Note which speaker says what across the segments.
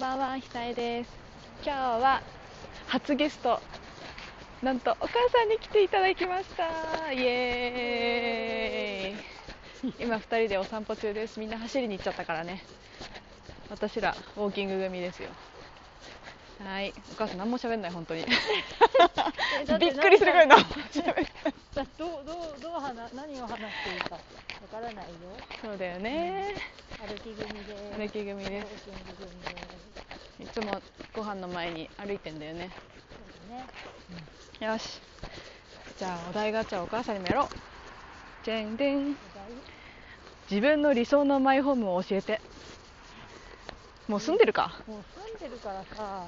Speaker 1: ばんは、ひさえです。今日は初ゲスト、なんとお母さんに来ていただきました。イエ ーイ。今二人でお散歩中です。みんな走りに行っちゃったからね。私らウォーキング組ですよ。はい、お母さん何も喋んない本当に。
Speaker 2: えだ
Speaker 1: び
Speaker 2: て
Speaker 1: っくりするぐらい な。
Speaker 2: だどうどうどう話何を話していいかわからないよ。
Speaker 1: そうだよね。
Speaker 2: 歩き組
Speaker 1: 歩き
Speaker 2: で。
Speaker 1: 組
Speaker 2: ウォー
Speaker 1: で
Speaker 2: キング組で。
Speaker 1: す。いつもご飯の前に歩いてんだよね。
Speaker 2: そうだね。
Speaker 1: よしじゃあお題ガチャをお母さんにもやろうじゃんでん自分の理想のマイホームを教えてもう住んでるか
Speaker 2: もう住んでるからさ、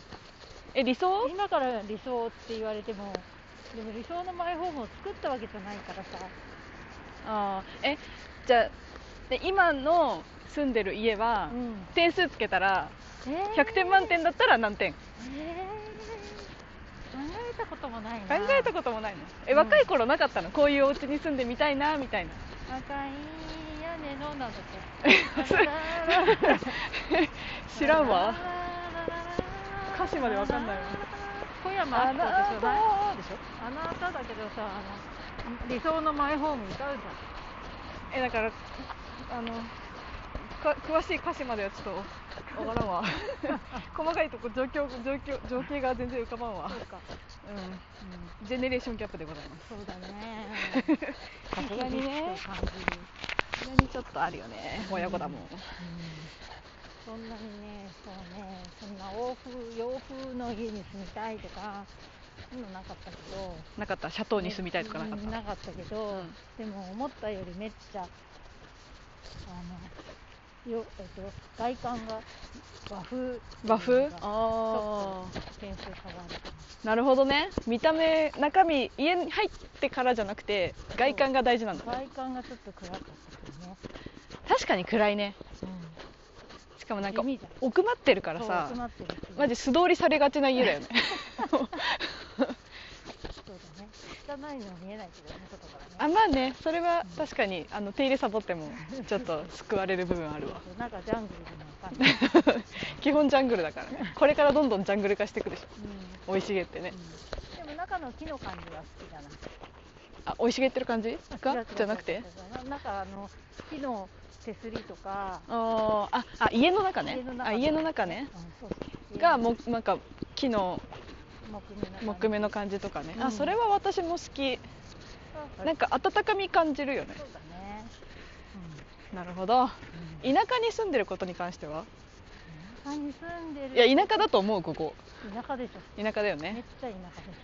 Speaker 1: え理想
Speaker 2: 今から理想って言われても、でも理想のマイホームを作ったわけじゃないからさ。
Speaker 1: ああえじゃあで今の住んでる家は、
Speaker 2: ん。
Speaker 1: 点数つけたら
Speaker 2: えー、
Speaker 1: 100点満点だったら何点考
Speaker 2: えー考えたこともないな。
Speaker 1: えた
Speaker 2: こ
Speaker 1: こともないのえ
Speaker 2: うん
Speaker 1: 若い頃なかったのこういうお家に住んでみたいなみた いな
Speaker 2: と。赤い屋根のなんだっ
Speaker 1: それ
Speaker 2: け。
Speaker 1: 知らんわ。
Speaker 2: 歌
Speaker 1: 歌詞までわかんないわ
Speaker 2: 小山明子って知らない
Speaker 1: たでしょ
Speaker 2: あの歌だけどさ、あの理想のマイホーム歌うじ
Speaker 1: えだからあのか詳しい歌詞まではちょっとわからん わ細かいとこ状況状況情景が全然浮かばんわ
Speaker 2: ゃん。そうか。
Speaker 1: う
Speaker 2: うん、
Speaker 1: んジェネレーションギャップでございます
Speaker 2: そうだね。
Speaker 1: さすがにね
Speaker 2: 感じる。
Speaker 1: それにちょっとあるよね親子だもん
Speaker 2: そんなにね、そうね、そんな欧風洋風の家に住みたいとか、そんなのなかったけど。
Speaker 1: なかったシャトーに住みたいとかなかっ
Speaker 2: うん
Speaker 1: た
Speaker 2: なかったけど、
Speaker 1: うん
Speaker 2: でも思ったよりめっちゃあのよ、えっと、外観が和風
Speaker 1: 和風
Speaker 2: ち
Speaker 1: あ
Speaker 2: ょっと点数変わる
Speaker 1: あなるほどね見た目中身家に入ってからじゃなくて外観が大事なんだね
Speaker 2: 外観がちょっと暗かったけどね、
Speaker 1: 確かに暗いね
Speaker 2: う
Speaker 1: しかもなんか
Speaker 2: 地味じゃん
Speaker 1: 奥まってるから
Speaker 2: そう
Speaker 1: さ
Speaker 2: 集まってるし
Speaker 1: マジ素通りされがちな家だよね
Speaker 2: そうだね汚いのは見えないけどね外から
Speaker 1: あ
Speaker 2: ね
Speaker 1: まあねそれは確かにあの手入れサボってもちょっと救われる部分あるわ
Speaker 2: そうなんかジャングルでもわかんない、うん
Speaker 1: 基本ジャングルだからねこれからどんどんジャングル化していくでしょ生い茂ってね
Speaker 2: うんでも中の木の感じは好きだな
Speaker 1: あ生い茂ってる感じ
Speaker 2: 違う違
Speaker 1: が
Speaker 2: う
Speaker 1: じゃなく
Speaker 2: 違
Speaker 1: て
Speaker 2: う違うなんかあの木の手すりとか
Speaker 1: あーああ家の中ね
Speaker 2: 家の中
Speaker 1: あ家の中ね
Speaker 2: うんそうそう
Speaker 1: がもうなんか木の
Speaker 2: 木目の感じ
Speaker 1: 木目の感じとかね、
Speaker 2: う
Speaker 1: あ
Speaker 2: ん
Speaker 1: それは私も好き
Speaker 2: そう
Speaker 1: なんか温かみ感じるよね
Speaker 2: そうだね、
Speaker 1: なるほど
Speaker 2: うん
Speaker 1: 田舎に住んでることに関しては
Speaker 2: 田舎に住んで
Speaker 1: いや
Speaker 2: る
Speaker 1: 田舎だと思うここ
Speaker 2: 田舎でしょ
Speaker 1: 田舎だよ
Speaker 2: めっ
Speaker 1: ね
Speaker 2: ちゃ田舎でし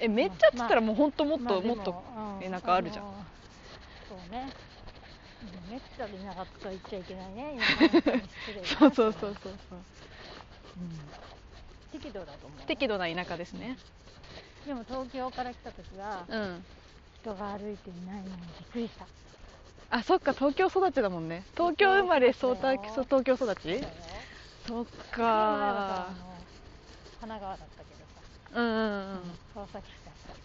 Speaker 1: えめっちゃっつったらもうほんとも
Speaker 2: ょ
Speaker 1: っと
Speaker 2: ま
Speaker 1: も
Speaker 2: あ
Speaker 1: っと
Speaker 2: でも
Speaker 1: 田舎あるじゃん
Speaker 2: のそうねうんめっちゃで田舎とか言っちゃいけないね田舎の人に失礼 だな
Speaker 1: そうそうそうそうそう
Speaker 2: うん適度だと思う
Speaker 1: 適度な田舎ですね
Speaker 2: でも東京から来た時は
Speaker 1: うん
Speaker 2: 人が歩いていないのにびっくりした
Speaker 1: あそっか東京育ちだもんね東京生まれそうたそう東京育
Speaker 2: そう
Speaker 1: ち
Speaker 2: よ
Speaker 1: そっ
Speaker 2: この前
Speaker 1: か
Speaker 2: はさあの神奈川だったけどさ
Speaker 1: うんうんうん
Speaker 2: 川崎市だっ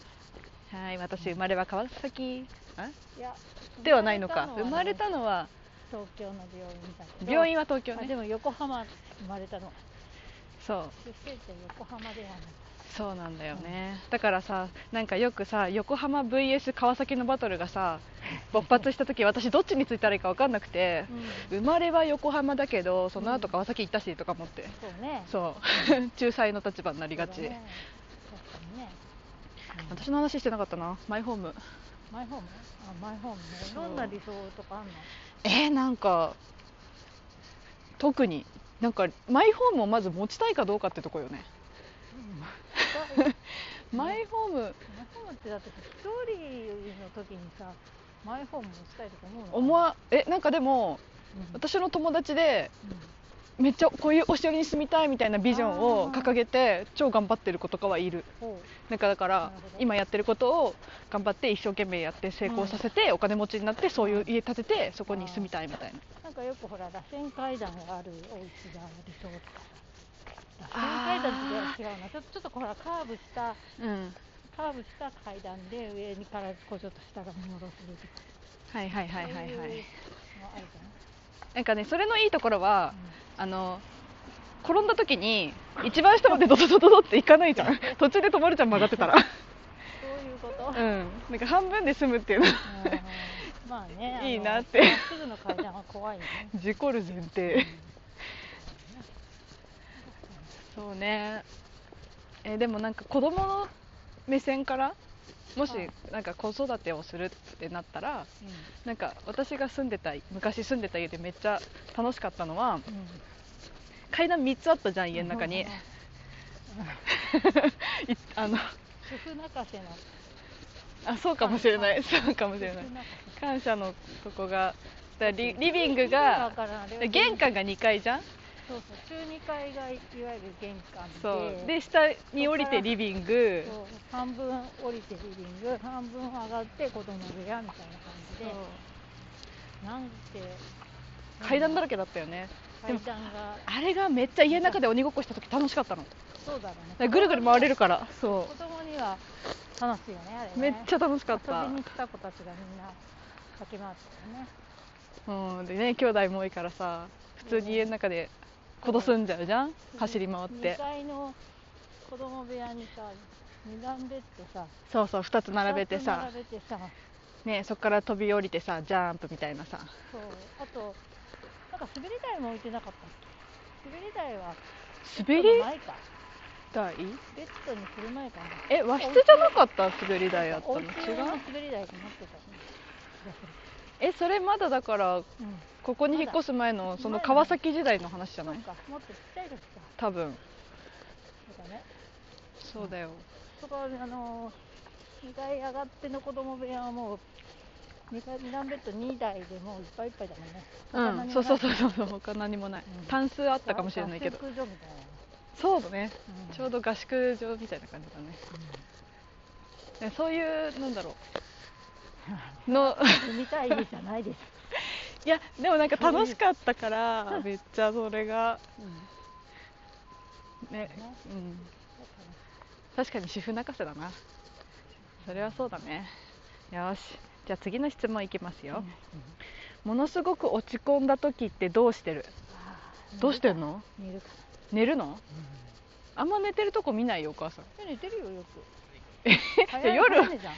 Speaker 2: た
Speaker 1: はい私生まれは川崎あ
Speaker 2: いや
Speaker 1: ではないのか生
Speaker 2: 生
Speaker 1: ま
Speaker 2: ま
Speaker 1: れ
Speaker 2: れ
Speaker 1: た
Speaker 2: た
Speaker 1: のは
Speaker 2: 東京の病院だけど
Speaker 1: 病院は東京
Speaker 2: あで
Speaker 1: ね
Speaker 2: も横浜生まれたの
Speaker 1: そう
Speaker 2: 出生地は横浜ではない
Speaker 1: そうなんだよねだからさなんかよくさ横浜 VS 川崎のバトルがさ勃発した時私どっちについたらいいか分かんなくて生まれは横浜だけどその後川崎行ったしとか思って
Speaker 2: そうね
Speaker 1: そう 仲裁の立場になりがち、
Speaker 2: そうだね確かにねうん
Speaker 1: 私の話してなかったなマイホーム
Speaker 2: マイホームあマイホームね
Speaker 1: そう
Speaker 2: どんな理想とかあんの
Speaker 1: えー、なんか特になんかマイホームをまず持ちたいかどうかってとこよね
Speaker 2: マ
Speaker 1: マ
Speaker 2: イ
Speaker 1: イホーム
Speaker 2: ホームってだって一人の時にさマイホームをしたいとか思うの
Speaker 1: 思わえなんかでも
Speaker 2: うん
Speaker 1: 私の友達で
Speaker 2: うん
Speaker 1: めっちゃこういうお城に住みたいみたいなビジョンを
Speaker 2: あー
Speaker 1: 掲げて超頑張ってる子とかはいる
Speaker 2: ほ
Speaker 1: なんかだから
Speaker 2: なるほど
Speaker 1: 今やってることを頑張って一生懸命やって成功させてお金持ちになってそういう家建ててそこに住みたいみたいな
Speaker 2: うなんかよくほら螺旋階段があるお家が理想とか螺旋
Speaker 1: あー
Speaker 2: 階段とは違うなちょっとちょっとほらカーブした
Speaker 1: うん
Speaker 2: カーブした階段で上にからこうちょっと下が見下ろせるとか
Speaker 1: はいはいはいはいは
Speaker 2: そう
Speaker 1: いう
Speaker 2: のあるじゃん
Speaker 1: なんかねそれのいいところは
Speaker 2: うん
Speaker 1: あの転んだ時に一番下までドドドドドって行かないじゃん途中で止まるじゃん曲がってたら
Speaker 2: そう いうこと
Speaker 1: うんなんか半分で済むっていうの
Speaker 2: うんまあねあの
Speaker 1: いいなって
Speaker 2: まっすぐの階段は怖いね
Speaker 1: 事故る前提そうねえでもなんか子供の目線からもし
Speaker 2: はい
Speaker 1: なんか子育てをするってなったら
Speaker 2: う
Speaker 1: なんか私が住んでた昔住んでた家でめっちゃ楽しかったのは
Speaker 2: んうん
Speaker 1: 階段3つあったじゃん家の中に
Speaker 2: うんうん
Speaker 1: いあの
Speaker 2: 主婦泣かせの
Speaker 1: あそうかもしれな
Speaker 2: はい
Speaker 1: そうかもしれない
Speaker 2: 主婦泣か
Speaker 1: 感謝のとこがだからリリビン
Speaker 2: せ
Speaker 1: グが
Speaker 2: だからあれは
Speaker 1: 玄関が2階じゃん
Speaker 2: そうそう中2階がいわゆる玄関で
Speaker 1: そうで下に降りてリビング
Speaker 2: そう半分降りてリビング半分上がって子供部屋みたいな感じ
Speaker 1: そ
Speaker 2: で
Speaker 1: う
Speaker 2: なんて
Speaker 1: 階段だら
Speaker 2: け
Speaker 1: けだったよねでも
Speaker 2: 階段が
Speaker 1: あれがめっちゃ家の中で鬼ごっこした時楽しかったのだか
Speaker 2: そうだろう
Speaker 1: ら
Speaker 2: ね
Speaker 1: ぐるぐる回れるからそ
Speaker 2: 子供には楽しいよねあれね
Speaker 1: うめっちゃ楽しかった
Speaker 2: 遊びに来た子たちがみんな駆け回ってたよね
Speaker 1: うんでね兄弟も多いからさ普通に家の中でこどすんじゃうじゃん走り回って
Speaker 2: 2階の子供部屋にさ二段ベッドさ
Speaker 1: そうそう2つ並べて
Speaker 2: 二
Speaker 1: さ
Speaker 2: つ並べてさ
Speaker 1: ねそっから飛び降りてさジャンプみたいなさ
Speaker 2: そうあとなんか滑り台も置いてなかったっけ滑り台は
Speaker 1: 滑り
Speaker 2: ちょっと前か
Speaker 1: 台
Speaker 2: ベッドにする前かな
Speaker 1: え和室じゃなかった滑り台やった
Speaker 2: お
Speaker 1: の
Speaker 2: 家
Speaker 1: 違う
Speaker 2: 用の滑り台になってたよね
Speaker 1: えそれまだだから
Speaker 2: うん
Speaker 1: ここに引っ越す前のその川崎時代の話じゃ
Speaker 2: そ
Speaker 1: な
Speaker 2: う
Speaker 1: い
Speaker 2: かもっとちっちゃい時か
Speaker 1: 多分
Speaker 2: そうだね
Speaker 1: そうだよ
Speaker 2: そこはあの2階上がっての子供部屋はもう2階二段ベッド2台でもういっぱいいっぱいだもん
Speaker 1: う
Speaker 2: ね
Speaker 1: んそうそうそうそうそう他何もない
Speaker 2: うん
Speaker 1: 単数あったかもしれないけど
Speaker 2: 合宿所みたいな、
Speaker 1: そうだね
Speaker 2: うん
Speaker 1: ちょうど合宿場みたいな感じだねねそういうなんだろうの
Speaker 2: 住みたい家じゃないです、
Speaker 1: いやでもなんか楽しかったからめっちゃそれがねうん確かに主婦泣かせだなそれはそうだねよしじゃあ次の質問いきますよ、ものすごく落ち込んだ時ってどうしてるどうしてん
Speaker 2: の
Speaker 1: の
Speaker 2: 寝るか
Speaker 1: 寝るのあんま寝てるとこ見ないよお母さん
Speaker 2: ら寝てるよよく
Speaker 1: じゃあ夜
Speaker 2: 早寝じゃん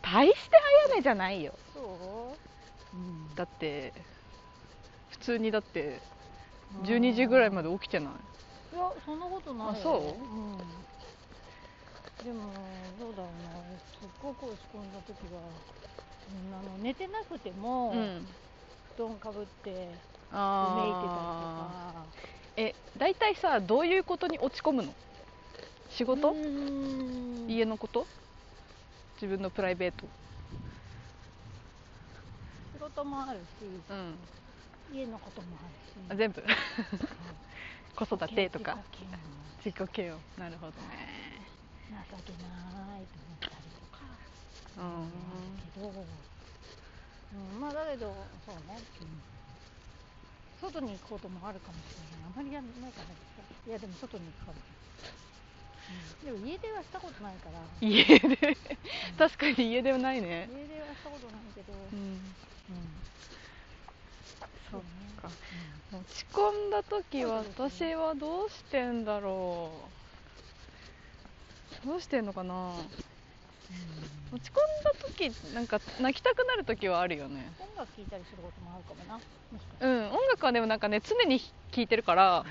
Speaker 1: 大して早寝じゃないよ
Speaker 2: そう
Speaker 1: だって普通にだって12時ぐらいまで起きてない
Speaker 2: いやそんなことないよ
Speaker 1: あそう
Speaker 2: うん、でもどうだろうなすっごく落ち込んだ時は、うん、あの寝てなくても、
Speaker 1: うん
Speaker 2: 布団かぶってうめいて
Speaker 1: ああ
Speaker 2: たりとか
Speaker 1: え大体さどういうことに落ち込むの仕
Speaker 2: う
Speaker 1: 事、
Speaker 2: ーん
Speaker 1: 家のこと自分のプライベート
Speaker 2: 仕事もあるし
Speaker 1: うん
Speaker 2: 家のこともあ
Speaker 1: あ
Speaker 2: るし
Speaker 1: 全部 子
Speaker 2: うん
Speaker 1: 育てとか
Speaker 2: 自己嫌
Speaker 1: 自
Speaker 2: 悪
Speaker 1: 己嫌悪なるほどね
Speaker 2: 情けないと思ったりとか
Speaker 1: うん
Speaker 2: けど、うん、まあだけどそうね、外に行くこともあるかもしれないあまりやんないからいやでも外に行くかも、うん、でも家出はしたことないから
Speaker 1: 家で 確かに家ではないね
Speaker 2: 家出はしたことないけど、う
Speaker 1: うんんそ
Speaker 2: そううね、
Speaker 1: か
Speaker 2: うん
Speaker 1: 落ち込んだ時
Speaker 2: そうですね
Speaker 1: 私はどうしてんだろうどうしてんのかな落ち込んだ時なんか泣きたくなる時はあるよね
Speaker 2: 音楽聴いたりすることもあるかもなもしかして
Speaker 1: うん音楽はでもなんかね常に聴いてるから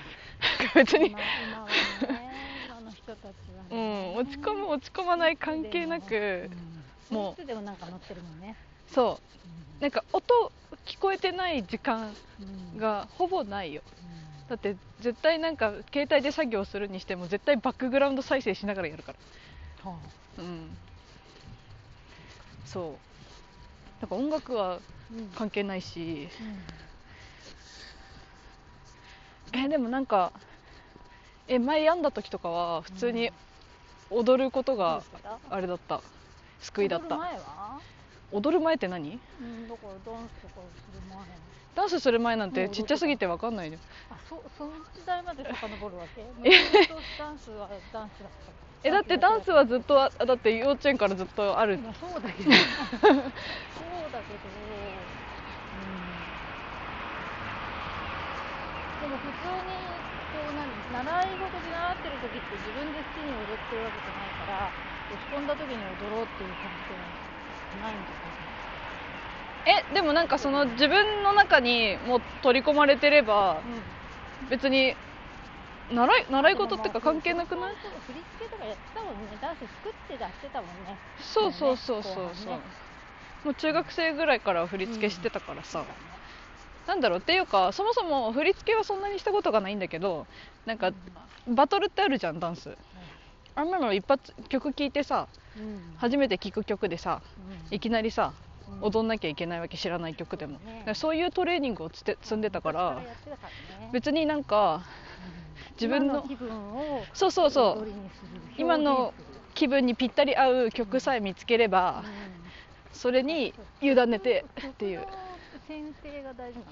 Speaker 1: なんか別に
Speaker 2: 今今はね今の人たちは
Speaker 1: う
Speaker 2: ね
Speaker 1: ん、落ち込む落ち込まない関係なく
Speaker 2: うん
Speaker 1: もう
Speaker 2: そいつでもなんか乗ってるもんね、
Speaker 1: そうなんか音聞こえてない時間
Speaker 2: うん
Speaker 1: がほぼないよ
Speaker 2: うん
Speaker 1: だって絶対なんか携帯で作業するにしても絶対バックグラウンド再生しながらやるから
Speaker 2: は
Speaker 1: う
Speaker 2: あ
Speaker 1: んそうなんか音楽は
Speaker 2: うん
Speaker 1: 関係ないし
Speaker 2: う
Speaker 1: えでもなんかえ前病んだ時とかは普通に踊ること
Speaker 2: ん、
Speaker 1: があれだった救いだっ
Speaker 2: 踊る
Speaker 1: た
Speaker 2: 前は、
Speaker 1: 踊る前って何
Speaker 2: うん、だからダンスとかする前
Speaker 1: ダンスする前なん
Speaker 2: も
Speaker 1: て
Speaker 2: う踊って
Speaker 1: ちっちゃすぎて分かんないじゃん
Speaker 2: あそその時代まで遡るわけ昔とダンスはダンスだった
Speaker 1: えだってダンスはずっとあだって幼稚園からずっとある
Speaker 2: まあそうだけどそうだけど、うん、でも普通にこう何習い事で習ってる時って自分で好きに踊ってるわけじゃないから落ち込んだ時に踊ろうっていう感じはないんですよ
Speaker 1: え
Speaker 2: ね
Speaker 1: でもなんかその自分の中にもう取り込まれてれば
Speaker 2: うん
Speaker 1: 別に習い習い事ってか関係なくない
Speaker 2: でも振り付けとかやってたもんねダンス作って出してたもんね
Speaker 1: そうそうそうそうそう、
Speaker 2: ね
Speaker 1: もう中学生ぐらいから振り付けしてたからさ、なんだろうっていうかそもそも振り付けはそんなにしたことがないんだけどなんかバトルってあるじゃんダンスあんなの一発曲聴いてさ
Speaker 2: うん
Speaker 1: 初めて聴く曲でさいきなりさ
Speaker 2: うん
Speaker 1: 踊んなきゃいけないわけ知らない曲でも
Speaker 2: そうだね
Speaker 1: だからそういうトレーニングをつて積んでたから
Speaker 2: 昔やってたからね
Speaker 1: 別になんか自分の
Speaker 2: 今気分を
Speaker 1: そうそうそ
Speaker 2: 踊
Speaker 1: う
Speaker 2: りにする
Speaker 1: 今の気分にぴったり合う曲さえ見つければ
Speaker 2: 表現する
Speaker 1: それに委ねてっていう
Speaker 2: 曲の選定が大事なの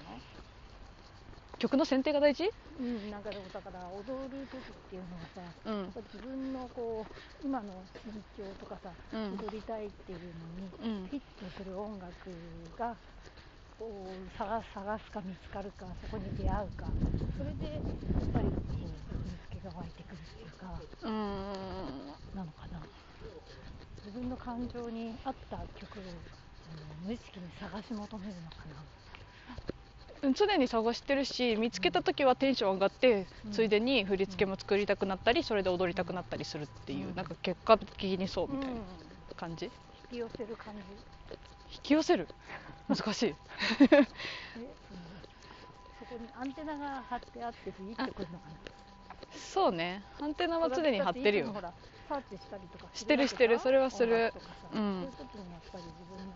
Speaker 1: 曲の選定が大事
Speaker 2: うん、なんかでもだから踊る時っていうのはさやっ
Speaker 1: うん
Speaker 2: ぱ自分のこう今の心境とかさ、
Speaker 1: うん
Speaker 2: 踊りたいっていう
Speaker 1: う
Speaker 2: のに
Speaker 1: ん
Speaker 2: フィットする音楽がこう探探すか見つかるかそこに出会うかそれでやっぱりこう振り付けが湧いてくるっていうか
Speaker 1: うーん
Speaker 2: なのかな自分の感情に合った曲をあの無意識に探し求めるのかな
Speaker 1: うん常に探してるし見つけた時はテンション上がって、
Speaker 2: うん
Speaker 1: ついでに振り付けも作りたくなったりそれで踊りたくなったりするっていう、
Speaker 2: うん
Speaker 1: なんか結果的にそうみたい
Speaker 2: うん
Speaker 1: な感じ、
Speaker 2: 引き寄せる感じ
Speaker 1: 引き寄せる 難しい
Speaker 2: え、うん、そこにアンテナが張ってあってビビってくるのかな
Speaker 1: そうねアンテナは常に張ってるよ
Speaker 2: だっていつもほらサーチしたりとかす
Speaker 1: してるしてるそれはする
Speaker 2: 音楽とかさ
Speaker 1: う
Speaker 2: そうんいう時にやっぱり自分の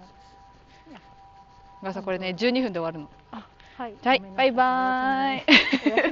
Speaker 1: がさこれね12分で終わるの
Speaker 2: あはい
Speaker 1: はい
Speaker 2: ごめんな
Speaker 1: バ
Speaker 2: さ
Speaker 1: イバーイ
Speaker 2: おやすみ